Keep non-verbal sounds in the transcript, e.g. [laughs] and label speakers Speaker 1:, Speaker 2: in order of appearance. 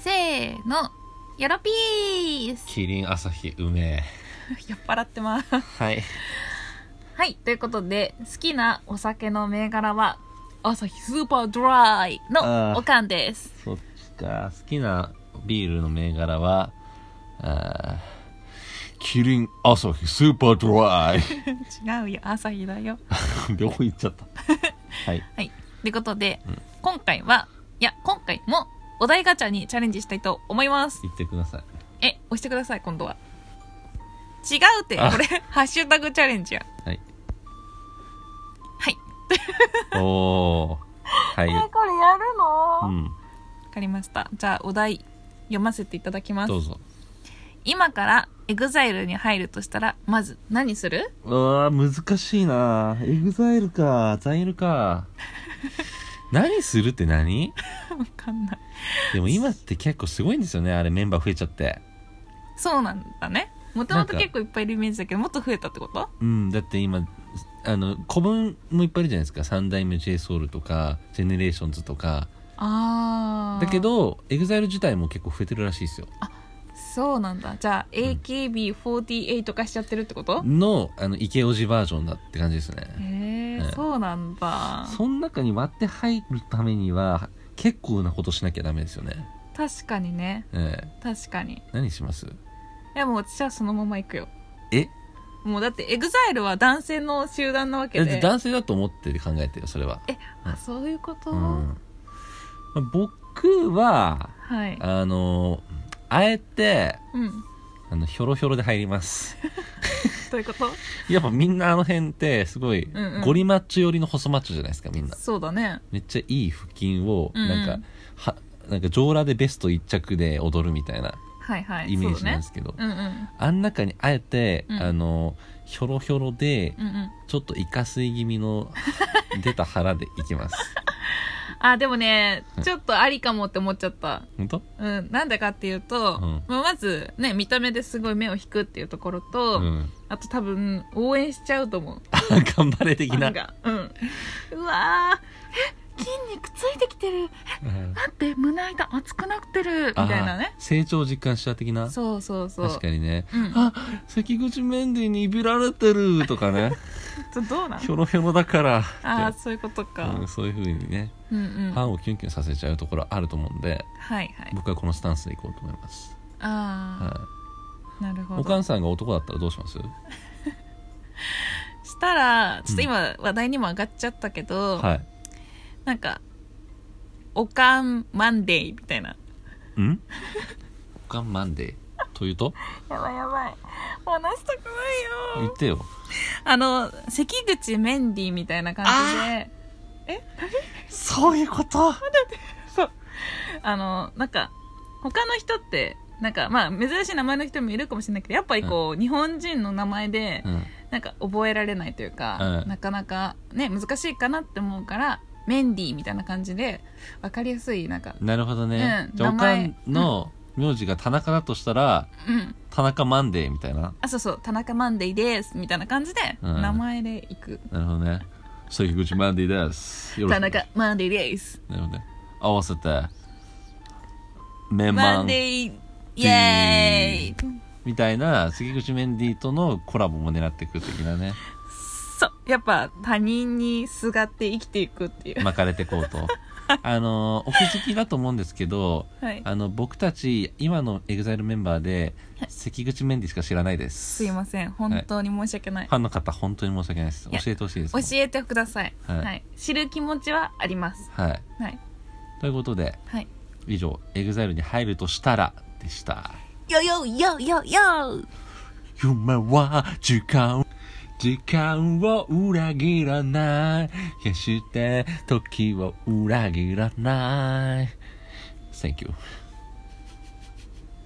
Speaker 1: せーのよろぴーす
Speaker 2: キリン朝日うめえ
Speaker 1: [laughs] 酔っ払ってます
Speaker 2: はい
Speaker 1: はいということで好きなお酒の銘柄は朝日スーパードライ
Speaker 2: あ
Speaker 1: の
Speaker 2: ー
Speaker 1: おかんです
Speaker 2: そっちか好きなビールの銘柄はあーキリン朝日スーパードラ [laughs] イ
Speaker 1: [laughs] 違うよ朝日だよ
Speaker 2: 両方言っちゃった [laughs] はい
Speaker 1: はいということで、今回はいや今回もお題ガチャにチャレンジしたいと思います
Speaker 2: 言ってください
Speaker 1: え押してください今度は違うって
Speaker 2: あ
Speaker 1: これ [laughs] ハッシュタグチャレンジや
Speaker 2: はい
Speaker 1: はい
Speaker 2: おーは
Speaker 1: こ
Speaker 2: い
Speaker 1: れやるの
Speaker 2: う
Speaker 1: わ、
Speaker 2: ん
Speaker 1: かりましたじゃあお題読ませていただきます
Speaker 2: どうぞ
Speaker 1: 今からエグザイルに入るとしたらまず何する
Speaker 2: うわー難しいなエグザイルかザイル [laughs] か何するって何
Speaker 1: 分かんない
Speaker 2: でも今って結構すごいんですよねあれメンバー増えちゃって
Speaker 1: そうなんだねもと
Speaker 2: な
Speaker 1: も
Speaker 2: ん
Speaker 1: と
Speaker 2: か
Speaker 1: 結構いっぱいいるイメージだけどもっと増えたってこと
Speaker 2: うんだって今あの古文もいっぱいいるじゃないですか三代目 JSOUL とかジェネレーションズとか
Speaker 1: ああ
Speaker 2: だけど EXILE 自体も結構増えてるらしいですよ
Speaker 1: そうなんだじゃあ AKB48 化しちゃってるってこと、
Speaker 2: のあのイケオジバージョンだって感じですね
Speaker 1: へえ
Speaker 2: ね
Speaker 1: そうなんだ
Speaker 2: その中に割って入るためには結構なことしなきゃダメですよね、
Speaker 1: 確かにね
Speaker 2: ええ
Speaker 1: 確かに
Speaker 2: 何します
Speaker 1: いやもう私はそのまま行くよ
Speaker 2: え
Speaker 1: もうだってエグザイルは男性の集団なわけ
Speaker 2: だって
Speaker 1: で
Speaker 2: 男性だと思って考えてよそれは
Speaker 1: えあそういうこと、
Speaker 2: うんまあ僕は
Speaker 1: はい
Speaker 2: あのあえて
Speaker 1: うん
Speaker 2: あのひょろひょろで入ります
Speaker 1: どういうこと
Speaker 2: やっぱみんなあの辺ってすごい
Speaker 1: うんうん
Speaker 2: ゴリマッチョ寄りの細マッチョじゃないですかみんな
Speaker 1: そうだね
Speaker 2: めっちゃいい腹筋を
Speaker 1: うんうん
Speaker 2: なんか、はなんか上裸でベスト一着で踊るみたいな
Speaker 1: はいはい
Speaker 2: イメージなんで
Speaker 1: そ
Speaker 2: すけど、
Speaker 1: うだねうん
Speaker 2: あん中にあえて、
Speaker 1: うん
Speaker 2: あのひょろひょろで
Speaker 1: うんうんうん
Speaker 2: ちょっとイカスイ気味
Speaker 1: [laughs]
Speaker 2: の出た腹でいきます
Speaker 1: あでもね
Speaker 2: うん
Speaker 1: ちょっとありかもって思っちゃった
Speaker 2: 本当
Speaker 1: うん、なんでかっていうと、
Speaker 2: うん
Speaker 1: まあまずね見た目ですごい目を引くっていうところと、
Speaker 2: うん、
Speaker 1: あと多分応援しちゃうと思う
Speaker 2: 頑張れ的
Speaker 1: ファ
Speaker 2: な
Speaker 1: ンがうんうわーえ筋肉ついてきてる
Speaker 2: うん
Speaker 1: 待って胸間熱くなってるみたいなね
Speaker 2: あー成長実感した的な
Speaker 1: そうそうそう
Speaker 2: 確かにね
Speaker 1: うん、
Speaker 2: あ関口メンディーにいびられてると
Speaker 1: [laughs]
Speaker 2: かね
Speaker 1: ちょどうなの
Speaker 2: ひょろひょろだから
Speaker 1: ああそういうことか、
Speaker 2: うん、そういうふうにね
Speaker 1: うんうん
Speaker 2: ファンをキュンキュンさせちゃうところあると思うんで
Speaker 1: はいはい
Speaker 2: 僕はこのスタンスでいこうと思います、
Speaker 1: あ
Speaker 2: は
Speaker 1: あなる
Speaker 2: い、
Speaker 1: ほ
Speaker 2: おか
Speaker 1: ど
Speaker 2: んさんが男だったらどうします
Speaker 1: したらちょっと今話題にも上がっちゃったけど、
Speaker 2: は
Speaker 1: なんかおかんマンデーみたいない
Speaker 2: んおかんマンデーというと
Speaker 1: やばいやばいもう話したくない
Speaker 2: 言
Speaker 1: よ
Speaker 2: ってよ
Speaker 1: あの関口メンディーみたいな感じで
Speaker 2: そういうこと
Speaker 1: そうあのなんか他の人ってなんかまあ珍しい名前の人もいるかもしれないけどやっぱりこう、日本人の名前で
Speaker 2: うん
Speaker 1: なんか覚えられないというか、
Speaker 2: うん
Speaker 1: なかなかね難しいかなって思うからメンディーみたいな感じで分かりやすいなんか
Speaker 2: なるほどね、
Speaker 1: うん
Speaker 2: じゃあお
Speaker 1: 名
Speaker 2: か
Speaker 1: 前
Speaker 2: んの名字が田中だとしたら
Speaker 1: うん
Speaker 2: 田中マンデーみたいな
Speaker 1: あそうそう田中マンデーですみたいな感じで、
Speaker 2: うん
Speaker 1: 名前でいく
Speaker 2: なるほどね関口マンデーですよろし
Speaker 1: 田
Speaker 2: く
Speaker 1: 中マンデーです
Speaker 2: なるほどね合わせてメン
Speaker 1: マ
Speaker 2: マ
Speaker 1: ン
Speaker 2: ン
Speaker 1: デーイエーイ
Speaker 2: みたいな関口メンディーとのコラボも狙っていく的
Speaker 1: [laughs]
Speaker 2: なね
Speaker 1: そうやっぱ他人にすがって生きていくっていう、
Speaker 2: 巻かれてこうとあのお気づきだと思うんですけど
Speaker 1: はい、
Speaker 2: あの僕たち今の EXILE メンバーで関口メンディーしか知らないです
Speaker 1: すいません本当に申し訳ない、
Speaker 2: ファンの方本当に申し訳ないです
Speaker 1: いや
Speaker 2: 教えてほしいです
Speaker 1: 教えてください、は
Speaker 2: はいい
Speaker 1: 知る気持ちはあります
Speaker 2: はい
Speaker 1: はい
Speaker 2: ということで
Speaker 1: はい
Speaker 2: 以上 EXILE に入るとしたらでした
Speaker 1: よよよよよ
Speaker 2: 夢は時間時間を裏切らない決して時を裏切らない Thank you